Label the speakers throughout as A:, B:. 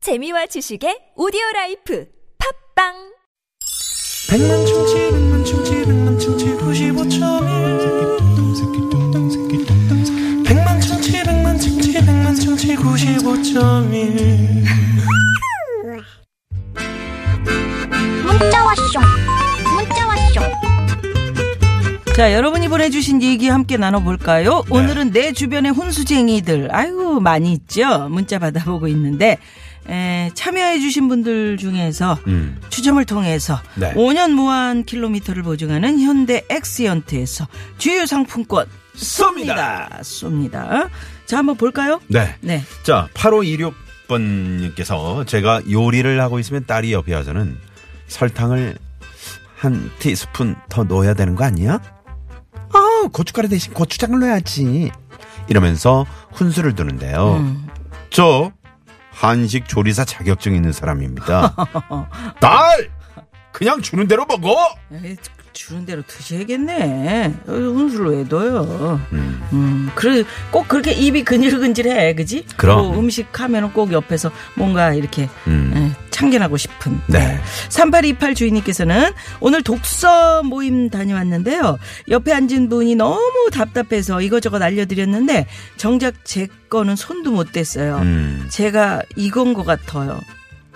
A: 재미와 지식의 오디오 라이프 팝빵
B: 백만 충치 백만 충치 백만 충치 95.1 백만 충치 백만 충치 백만 충치 95.1
C: 문자 왔쇼 문자 왔쇼
D: 자, 여러분이 보내주신 얘기 함께 나눠볼까요? 오늘은 내 주변의 혼수쟁이들, 아이고, 많이 있죠? 문자 받아보고 있는데, 에, 참여해주신 분들 중에서
E: 음.
D: 추첨을 통해서
E: 네.
D: 5년 무한 킬로미터를 보증하는 현대 엑시언트에서 주유 상품권 쏩니다. 쏩니다. 자, 한번 볼까요?
E: 네.
D: 네.
E: 자, 8526번님께서 제가 요리를 하고 있으면 딸이 옆에 와서는 설탕을 한 티스푼 더 넣어야 되는 거 아니야? 아, 고춧가루 대신 고추장을 넣어야지. 이러면서 훈수를 두는데요. 저 한식 조리사 자격증 있는 사람입니다. 딸! 그냥 주는 대로 먹어!
D: 에이, 주는 대로 드셔야겠네. 어, 혼술로 해둬요. 음, 그래, 꼭 그렇게 입이 근질근질해, 그지?
E: 그럼.
D: 뭐 음식 하면은 꼭 옆에서 뭔가 이렇게
E: 음.
D: 예, 참견하고 싶은.
E: 네.
D: 3828 주인님께서는 오늘 독서 모임 다녀왔는데요. 옆에 앉은 분이 너무 답답해서 이것저것 알려드렸는데 정작 제 거는 손도 못 댔어요.
E: 음.
D: 제가 이건 것 같아요.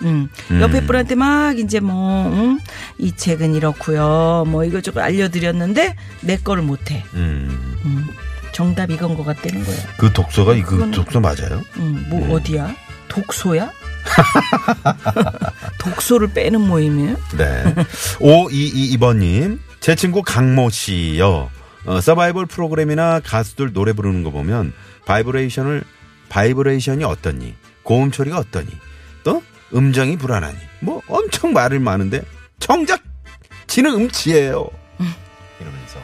D: 음. 옆에
E: 음.
D: 분한테 막 이제 뭐, 음, 이 책은 이렇고요. 뭐 이것저것 알려드렸는데 내 거를 못해.
E: 음.
D: 정답 이건 것 같다는 거야.
E: 그 독서가, 이- 그
D: 그건-
E: 독서 맞아요?
D: 음, 뭐
E: 네.
D: 어디야? 독소야? 독소를 빼는 모임이에요?
E: 네. 5222번님. 제 친구 강모 씨요. 어, 서바이벌 프로그램이나 가수들 노래 부르는 거 보면 바이브레이션을 바이브레이션이 어떠니 고음 처리가 어떠니 또 음정이 불안하니 뭐 엄청 말을 많은데 정작 지는 음치예요 이러면서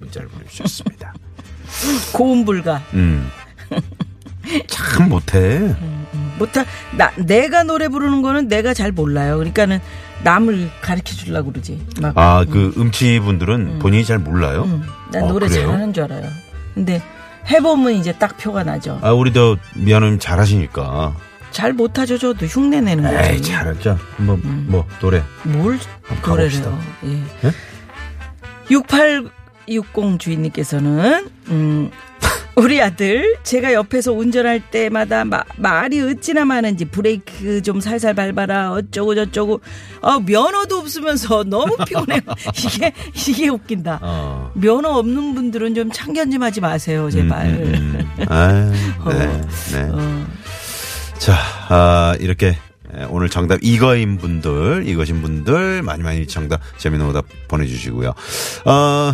E: 문자를 보내주셨습니다.
D: 고음 불가.
E: 음. 참 못해.
D: 못하, 나, 내가 노래 부르는 거는 내가 잘 몰라요. 그러니까는 남을 가르쳐 주려고 그러지. 막.
E: 아 그 음치 분들은 본인이 잘 몰라요.
D: 음, 난
E: 아,
D: 노래
E: 그래요?
D: 잘하는 줄 알아요. 근데 해보면 이제 딱 표가 나죠.
E: 아 우리도 미안하면 잘하시니까
D: 잘 못하죠, 저도 흉내 내는 거지.
E: 에이 잘했죠. 한번 뭐 노래.
D: 뭘
E: 가봅시다.
D: 거래래요. 예. 6860 주인님께서는 음, 우리 아들 제가 옆에서 운전할 때마다 마- 말이 어찌나 많은지 브레이크 좀 살살 밟아라 어쩌고 저쩌고 아, 면허도 없으면서 너무 피곤해요. 이게 이게 웃긴다.
E: 어.
D: 면허 없는 분들은 좀 참견 좀 하지 마세요, 제발.
E: 음, 아, 네,
D: 어.
E: 네. 자, 아, 이렇게 에, 오늘 정답 이거인 분들, 이거신 분들 많이 많이 정답 재미난 오답 보내주시고요. 어,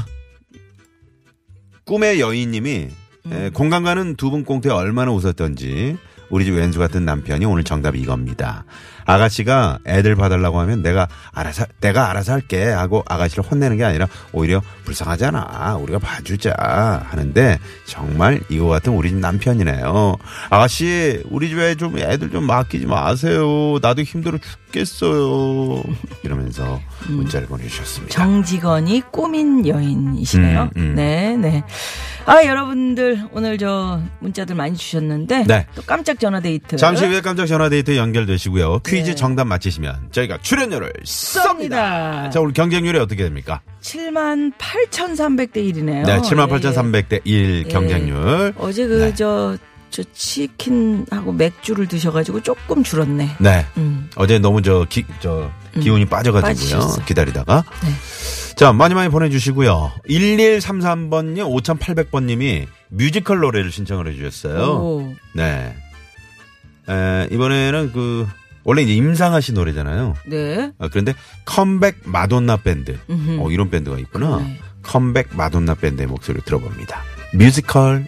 E: 꿈의 여인님이 에, 공간 가는 두 분 꽁트에 얼마나 웃었던지 우리 집 왼수 같은 남편이 오늘 정답 이겁니다. 아가씨가 애들 봐달라고 하면 내가 알아서 내가 알아서 할게 하고 아가씨를 혼내는 게 아니라 오히려 불쌍하잖아 우리가 봐주자 하는데 정말 이거 같은 우리 집 남편이네요. 아가씨 우리 집에 좀 애들 좀 맡기지 마세요. 나도 힘들어 죽겠어요. 이러면서 문자를 보내주셨습니다.
D: 정직원이 꾸민 여인이시네요.
E: 음, 음.
D: 네, 네. 아, 여러분들, 오늘 저 문자들 많이 주셨는데.
E: 네.
D: 또 깜짝 전화데이트.
E: 잠시 후에 깜짝 전화 데이트 연결되시고요.
D: 네.
E: 퀴즈 정답 맞히시면 저희가 출연료를 쏩니다.
D: 쏩니다.
E: 자, 오늘 경쟁률이 어떻게 됩니까?
D: 7만 8,300대 1이네요.
E: 네, 78,300대
D: 예.
E: 1 경쟁률.
D: 어제 그, 저, 저 치킨하고 맥주를 드셔가지고 조금 줄었네.
E: 네.
D: 음.
E: 어제 너무 저, 기, 저, 기운이 빠져가지고요.
D: 빠지셨어.
E: 기다리다가.
D: 네.
E: 자, 많이 많이 보내주시고요. 1133번님, 5800번님이 뮤지컬 노래를 신청을 해주셨어요.
D: 오.
E: 네. 에, 이번에는 그, 원래 이제 임상하 씨 노래잖아요.
D: 네.
E: 아, 그런데 컴백 마돈나 밴드. 어, 이런 밴드가 있구나.
D: 그러네.
E: 컴백 마돈나 밴드의 목소리를 들어봅니다. 뮤지컬.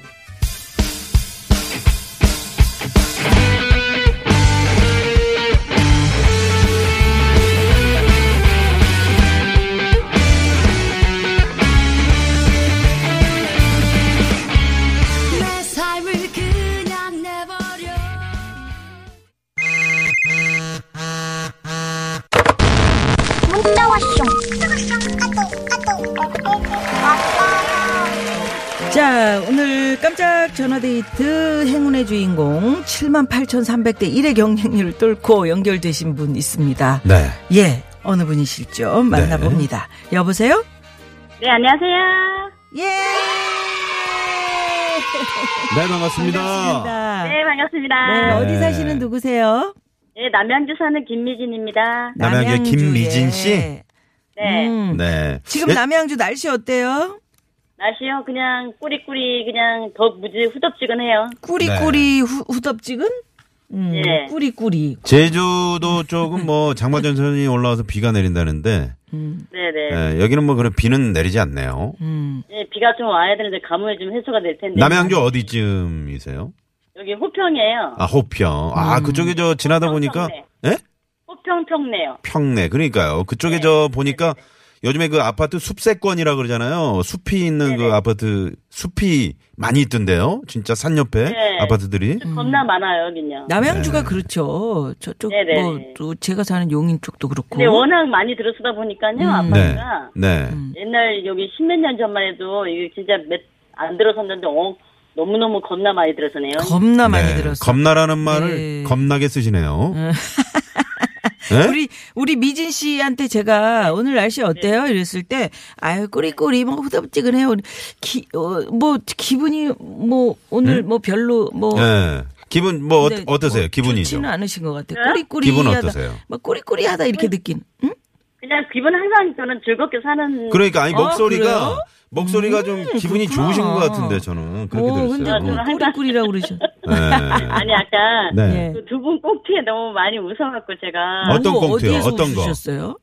C: 내 삶을 그냥 내버려 문자 왔쇼 문자 왔쇼 까똑 까똑
D: 자, 오늘 깜짝 전화데이트 행운의 주인공 78,300대 1의 경쟁률을 뚫고 연결되신 분 있습니다.
E: 네.
D: 예, 어느 분이실죠? 만나봅니다. 여보세요?
F: 네, 안녕하세요.
D: 예!
E: 네, 반갑습니다.
F: 네,
D: 네,
F: 반갑습니다.
E: 네.
D: 어디 사시는 누구세요?
F: 네, 남양주 사는 김미진입니다.
E: 남양주의
D: 남양주에.
E: 김미진 씨?
F: 네,
D: 음.
E: 네.
D: 지금
E: 예,
D: 남양주 날씨 어때요?
F: 날씨요, 그냥 꾸리꾸리, 그냥 더 무지 후덥지근해요.
E: 네.
D: 꾸리꾸리 후, 후덥지근? 음,
F: 예.
D: 꾸리꾸리.
E: 제주도 쪽은 뭐 장마 전선이 올라와서 비가 내린다는데
F: 네네.
E: 예, 여기는 뭐 그런 비는 내리지 않네요.
D: 음.
F: 네, 비가 좀 와야 되는데 가뭄이 좀 해소가 될 텐데.
E: 남양주 어디쯤이세요?
F: 여기 호평이에요.
E: 아 호평. 아 그쪽에 저 지나다 보니까
F: 평내.
E: 예?
F: 호평 평내요.
E: 평내. 그러니까요. 그쪽에 저 보니까 요즘에 그 아파트 숲세권이라 그러잖아요. 숲이 있는 그 아파트 숲이 많이 있던데요. 진짜 산 옆에
F: 네.
E: 아파트들이.
D: 음.
F: 겁나 많아요, 여긴요.
D: 남양주가
E: 네.
D: 그렇죠. 저쪽
F: 네네.
D: 뭐 또 제가 사는 용인 쪽도 그렇고. 음.
F: 근데 워낙 많이 들어서다 보니까요,
E: 네.
F: 아빠가.
E: 네.
F: 옛날 여기 십몇 년 전만 해도 이게 진짜 몇 안 들어섰는데, 어, 너무너무 겁나 많이 들어서네요.
D: 겁나 많이
E: 네.
D: 들었어.
E: 겁나라는 말을
D: 네. 음.
E: 겁나게 쓰시네요. 네?
D: 우리 우리 미진 씨한테 제가 오늘 날씨 어때요?
E: 네.
D: 이랬을 때 아유 꾸리꾸리 뭐 후덥지근해. 요 기뭐 기분이 뭐 오늘 뭐 별로 뭐
E: 네. 기분 뭐 어,
D: 네,
E: 어떠세요?
D: 뭐
E: 기분이죠.
D: 좋지는 않으신 것 같아요.
F: 네?
D: 꾸리꾸리
E: 기분
D: 하다,
E: 어떠세요?
D: 막 꾸리꾸리하다 이렇게 느낀. 응?
F: 그냥 기분 항상 저는 즐겁게 사는.
E: 그러니까 아니
D: 어,
E: 목소리가
D: 그래요? 음,
E: 목소리가 좀 기분이
D: 그렇구나.
E: 좋으신 것 같은데 저는 그렇게
D: 오, 근데
E: 들었어요.
D: 뭐
F: 저는-
D: 꾸리꾸리라고 그러죠.
F: 네. 아니 아까
E: 네.
D: 예.
E: 네.
F: 그 두 분 꽁트에 너무 많이 웃어갖고 제가
E: 어떤
D: 뭐
E: 꽁트요?
D: 어디에서
E: 어떤 거?
D: 웃으셨어요?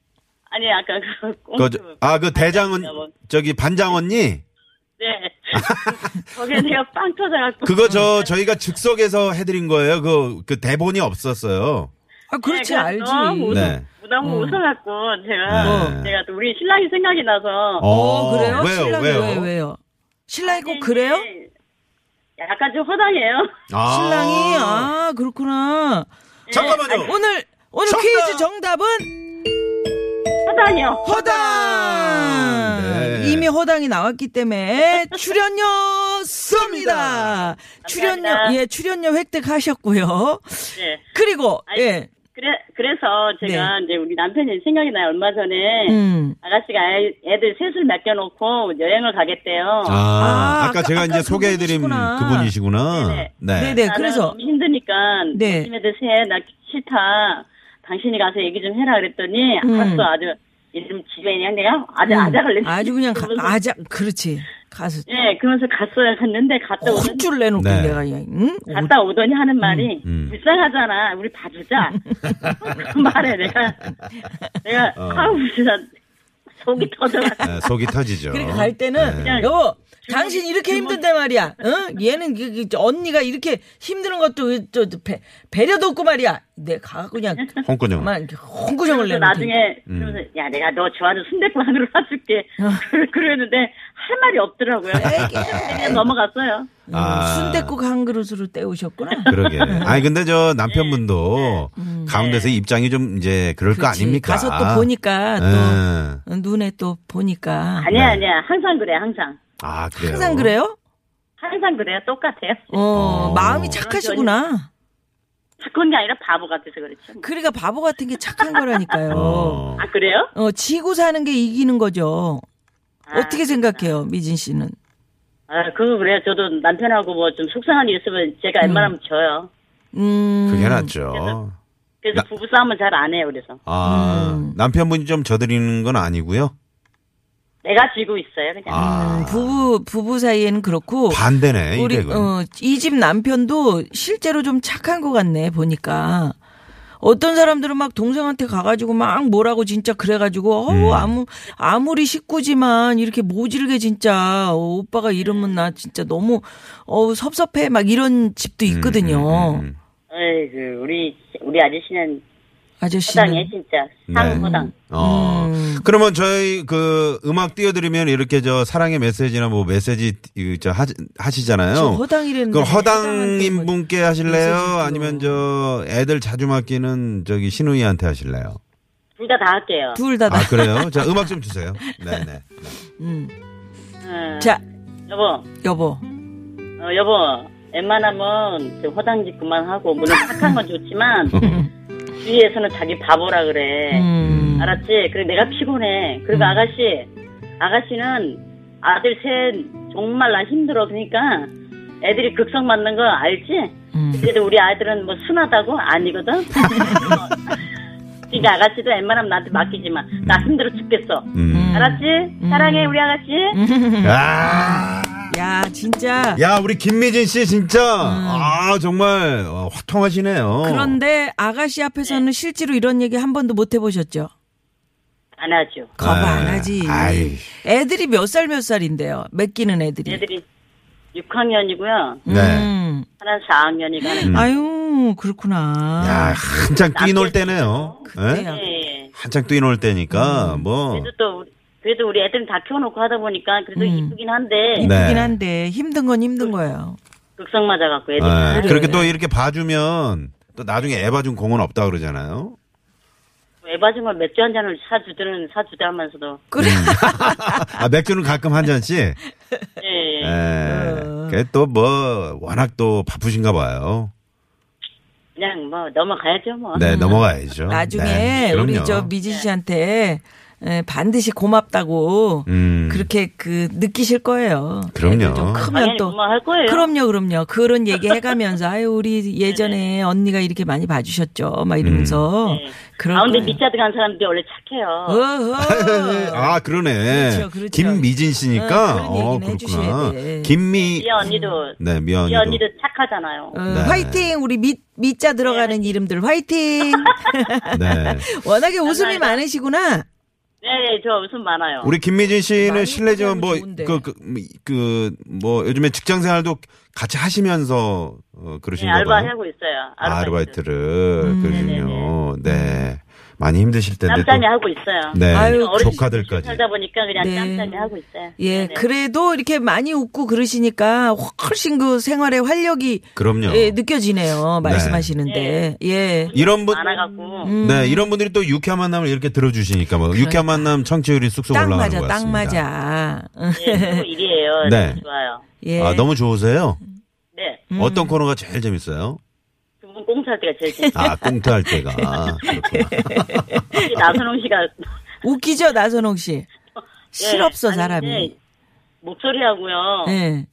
F: 아니 아까 그 꽁트
E: 그, 아, 그 대장은 저기 반장 언니
F: 뭐. 네 거기에 내가 빵 터져갖고
E: 그거 저 저희가 즉석에서 해드린 거예요. 그, 그 대본이 없었어요.
D: 아 그렇지
F: 네,
D: 알지.
F: 그래서 너무 웃어-
E: 네.
F: 너무
D: 어.
F: 웃어갖고 제가 뭐,
E: 네.
F: 제가 또 우리 신랑이 생각이 나서
D: 어 그래요?
E: 왜요?
D: 신랑이
E: 왜요?
D: 왜, 왜요? 신랑이
F: 네.
D: 꼭 그래요?
F: 이제 예, 약간 좀 허당해요
E: 아.
D: 신랑이 아 그렇구나.
E: 잠깐만요.
D: 오늘 오늘
E: 정답!
D: 퀴즈 정답은
F: 허당이요
D: 허당.
E: 네.
D: 이미 허당이 나왔기 때문에 출연료 쏩니다. 출연료 예 출연료 획득하셨고요.
F: 네
D: 그리고 예
F: 그래 그래서 제가 이제 우리 남편이 생각이 나요 얼마 전에
D: 네. 음.
F: 아가씨가 애, 애들 셋을 맡겨놓고 여행을 가겠대요
E: 아,
D: 아,
E: 아까
D: 아까-
E: 제가
D: 아까
E: 이제 소개해드린
D: 그분이시구나.
E: 그분이시구나.
F: 네네.
E: 네.
D: 네네
F: 나는
D: 그래서
F: 너무 힘드니까
D: 네.
F: 요즘 애들 새나 싫다. 당신이 가서 얘기 좀 해라 그랬더니
D: 음.
F: 알았어 아주 이름 집에 그냥 내가 아주 아작을 냈어.
D: 아주 그냥 가,
F: 그러면서,
D: 아자 그렇지 가서
F: 예, 그러면서 갔어요. 갔는데 갔다 오더니
D: 혼줄 내놓고
E: 네.
D: 내가 음? 그냥 응?
F: 갔다 오더니 하는 말이
E: 음.
F: 불쌍하잖아. 우리 봐주자. 그 말에 내가 내가
E: 어.
F: 아우 진짜
D: 음.
F: 속이 터져가지고
D: 아,
E: 네, 속이 터지죠.
D: 그렇게 갈 때는
F: 네.
D: 여보 당신 이렇게 힘든데 말이야. 응? 얘는 그- 그- 저 언니가 이렇게 힘드는 것도 그- 저- 저 배, 배려도 없고 말이야. 내가 그냥
E: 홍군형.
D: 만 이렇게 홍구정을 내면
F: 나중에
D: 음.
F: 그러면서 야 내가 너 좋아하는 순대국 하나로 사줄게.
D: 어.
F: 그러는데 할 말이 없더라고요.
D: 아,
F: 그냥 넘어갔어요.
E: 아.
D: 음,
E: 네.
D: 순대국 네. 한 그릇으로 때우셨구나.
E: 그러게. 아니 근데 저 남편분도
D: 네.
E: 가운데서 입장이 좀 이제 그럴 거
D: 음, 그렇지.
E: 아닙니까?
D: 가서 또 보니까
E: 예.
D: 또 눈에 또 보니까
F: 아니야 아니야 항상 그래 항상
E: 아 그래요.
D: 항상 그래요?
F: 항상 그래요 똑같아요.
D: 어, 마음이 착하시구나.
F: 착한 게 아니라 바보 같아서 그렇죠.
D: 그러니까 바보 같은 게 착한 거라니까요. 어.
E: 어.
F: 아 그래요?
D: 지고 사는 게 이기는 거죠.
F: 아,
D: 어떻게 생각해요, 미진 씨는?
F: 아 그거 그래요. 저도 남편하고 뭐 좀 속상한 일 있으면 제가 웬만하면 져요.
D: 음.
E: 그게 낫죠.
F: 그래서 부부 싸움은 잘 안 해요. 그래서
E: 아
D: 음.
E: 남편분이 좀 저드리는 건 아니고요.
F: 내가 지고 있어요. 그냥
E: 아
D: 음, 부부 부부 사이에는 그렇고
E: 반대네
D: 우리
E: 이게.
D: 어, 이 집 남편도 실제로 좀 착한 것 같네 보니까 어떤 사람들은 막 동생한테 가가지고 막 뭐라고 진짜 그래가지고
E: 음.
D: 어우 아무 아무리 식구지만 이렇게 모질게 진짜 어, 오빠가 이러면 나 진짜 너무 어우 섭섭해 막 이런
E: 음,
D: 집도 있거든요
F: 에이그 우리 우리 아저씨는 허당해
D: 아저씨는
F: 진짜
D: 네.
F: 상호당.
E: 네. 어.
D: 음.
E: 그러면 저희 그 음악 띄워드리면 이렇게 저 사랑의 메시지나 뭐 메시지 이- 저 하,
D: 저
E: 하시잖아요.
D: 허당이랬는데
E: 그럼
D: 허당한테 뭐
E: 허당인 분께 하실래요?
D: 메시지 띄워.
E: 아니면 저 애들 자주 맡기는 저기 신우이한테 하실래요?
F: 둘 다 다 할게요.
D: 둘다 다.
E: 네, 아 그래요? 자 음악 좀 주세요. 네네.
F: 음.
D: 자
F: 여보,
D: 여보.
F: 어, 여보, 웬만하면 저 허당짓 그만하고, 물론 착한 건 좋지만, 주위에서는 자기 바보라 그래.
D: 음.
F: 알았지? 그래, 내가 피곤해. 그리고 아가씨, 아가씨는 아들 셋 정말 나 힘들어. 그러니까 애들이 극성 맞는 거 알지?
D: 음.
F: 그래도 우리 아들은 뭐 순하다고? 아니거든? 그러니까 아가씨도 웬만하면 나한테 맡기지 마. 나 힘들어 죽겠어.
E: 음.
F: 알았지? 사랑해, 우리 아가씨.
D: 음.
E: 아.
D: 야, 진짜.
E: 야, 우리 김미진 씨 진짜 아 정말 어, 화통하시네요.
D: 음. 그런데 아가씨 앞에서는 실제로 이런 얘기 한 번도 못 해보셨죠?
F: 안 하죠.
D: 거봐
E: 아,
D: 안 하지.
E: 아이.
D: 애들이 몇 살 몇 살인데요? 몇 끼는 애들이?
F: 애들이 6학년이고요.
E: 네.
D: 음.
E: 음.
F: 하나는 4학년이고.
D: 아유, 그렇구나.
E: 야, 한창 뛰놀 때네요. 예?
D: 아, 그래요. 음.
F: 예.
E: 한창 뛰놀 때니까 뭐
F: 그래도 또, 우리- 그래도 우리 애들은 다 키워놓고 하다 보니까 그래도 이쁘긴 한데,
E: 네.
D: 이쁘긴 한데 힘든 건 힘든 거예요.
F: 극성 맞아갖고 애들.
E: 예,
F: 이
E: 그렇게 또
D: 네.
E: 이렇게 봐주면 또 나중에 애 봐준 공은 없다 그러잖아요.
F: 에바증을 맥주 한 잔을 사주든 사주다 하면서도.
D: 그래.
E: 아, 맥주는 가끔 한 잔씩.
D: 네.
F: 예. 예.
E: 예.
D: 어.
E: 그게 또 뭐 워낙 또 바쁘신가 봐요.
F: 그냥 뭐 넘어가야죠 뭐.
E: 네, 넘어가야죠.
D: 음. 나중에
E: 네,
D: 우리
E: 그럼요.
D: 저 미진 씨한테 에, 반드시 고맙다고
E: 음.
D: 그렇게 그 느끼실 거예요.
E: 그럼요.
D: 애들 좀 크면
F: 당연히
D: 또
F: 뭐 고마워할 거예요.
D: 그럼요, 그럼요. 그런 얘기 해가면서 아유 우리 예전에 언니가 이렇게 많이 봐주셨죠. 막 이러면서
F: 네.
D: 그런.
F: 아, 근데
D: 거예요.
F: 밑자 들어간 사람들이 원래 착해요.
D: 어? 어허.
E: 아, 그러네.
D: 그렇죠, 그렇죠.
E: 김미진 씨니까.
D: 응, 그런
E: 어,
D: 얘기는
E: 그렇구나.
D: 해주셔야 돼.
E: 김미.
F: 미아 언니도
E: 네, 미연이도.
F: 미아 언니도 착하잖아요.
D: 어,
E: 네.
D: 화이팅 우리 밑 밑자 들어가는
F: 네.
D: 이름들 화이팅.
E: 네.
D: 워낙에 웃음이 많으시구나.
F: 네, 저 웃음 많아요.
E: 우리 김미진 씨는
D: 많이
E: 실례지만 뭐,
D: 얘기하면 좋은데.
E: 그, 그, 그, 뭐, 요즘에 직장 생활도 같이 하시면서, 어,
F: 네,
E: 그러신가 봐요.
F: 알바하고 있어요.
E: 아,
F: 아르바이트.
E: 아르바이트를.
D: 음, 네,
E: 그러시군요. 네. 많이 힘드실 텐데. 또-
F: 짬짬이 하고 있어요.
E: 네.
D: 아유,
F: 어르신
E: 조카들까지.
F: 살다 보니까 그냥
D: 네.
F: 짬짬이 하고 있어요.
D: 예,
F: 네네.
D: 그래도 이렇게 많이 웃고 그러시니까 훨씬 그 생활의 활력이
E: 그럼요.
D: 예, 느껴지네요. 말씀하시는데. 예.
E: 이런 분.
F: 많아갖고
D: 음.
E: 네, 이런 분들이 또 유쾌한 만남을 이렇게 들어주시니까 뭐 유쾌한 만남 청취율이 쑥쑥
D: 그렇죠. 딱
E: 올라가는
D: 맞아,
E: 것
D: 딱
E: 같습니다.
D: 맞아. 응,
F: 예, 또 일이에요.
E: 네.
F: 좋아요.
D: 예.
E: 아, 너무 좋으세요?
F: 네,
D: 음.
E: 어떤 코너가 제일 재밌어요?
F: 두분 꽁트할 때가 제일 재밌어요.
E: 아, 꽁트할 때가. 그렇구나.
F: 특히 나선홍 씨가
D: 웃기죠, 나선홍 씨. 실없어,
F: 네, 예, 아니,
D: 사람이.
F: 근데 목소리하고요.
D: 예.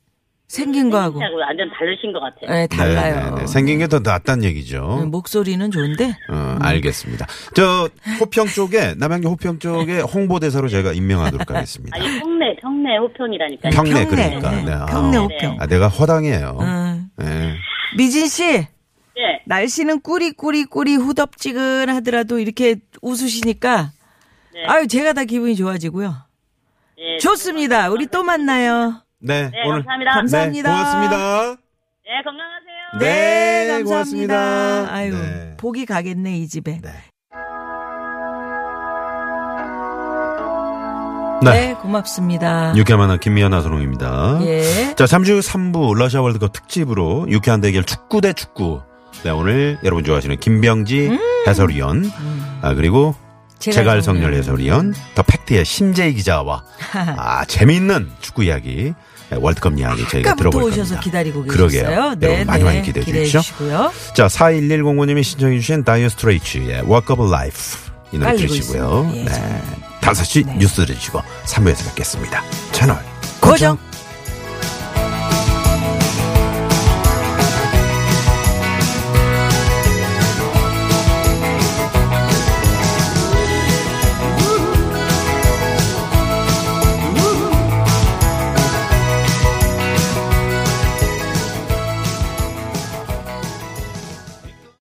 D: 생긴 거하고.
F: 생긴 완전 다르신 것 같아요.
D: 예, 달라요.
E: 네, 네, 네. 생긴 게 더 낫단 얘기죠.
D: 예, 목소리는 좋은데.
E: 어, 알겠습니다. 저 호평 쪽에 남양주 호평 쪽에 홍보대사로 제가 임명하도록 하겠습니다.
F: 아니 평내 평내 호평이라니까. 요
E: 평내 그러니까.
D: 네.
E: 네, 아.
D: 예. 평내 호평.
E: 아, 내가 허당이에요.
D: 응.
E: 네.
D: 미진 씨.
F: 네,
D: 날씨는 꾸리꾸리꾸리 후덥지근하더라도 이렇게 웃으시니까
F: 네.
D: 아유 제가 다 기분이 좋아지고요.
F: 예,
D: 좋습니다. 우리 또 만나요.
E: 네,
F: 네,
E: 오늘
F: 감사합니다.
D: 감사합니다.
E: 네, 고맙습니다.
F: 네, 건강하세요.
E: 네,
D: 감사합니다.
E: 고맙습니다.
D: 아유
E: 네.
D: 복이 가겠네 이 집에.
E: 네.
D: 네,
E: 네.
D: 고맙습니다.
E: 유쾌한 만남 김미연 나선홍입니다.
D: 예.
E: 자, 잠시 후 3부 러시아 월드컵 특집으로 유쾌한 대결 축구 대 축구. 네, 오늘 여러분 좋아하시는 김병지
D: 음.
E: 해설위원, 아, 그리고 제갈성렬 해설위원, 더 팩트의 심재희 기자와 아, 재미있는 축구 이야기, 네, 월드컵 이야기 저희가
D: 아까부터
E: 들어볼
D: 오셔서
E: 겁니다.
D: 기다리고
E: 그러게요.
D: 계셨어요. 네,
E: 여러분 많이 많이 기대해 주십시오.
D: 주시고요.
E: 자, 4110님이 신청해 주신 다이어 스트레이츠의 Walk of Life 이 노래
D: 깔리고
E: 들으시고요.
D: 있습니다. 예,
E: 네.
D: 정말.
E: 5시 뉴스 들으시고 3부에서 뵙겠습니다. 채널
D: 고정.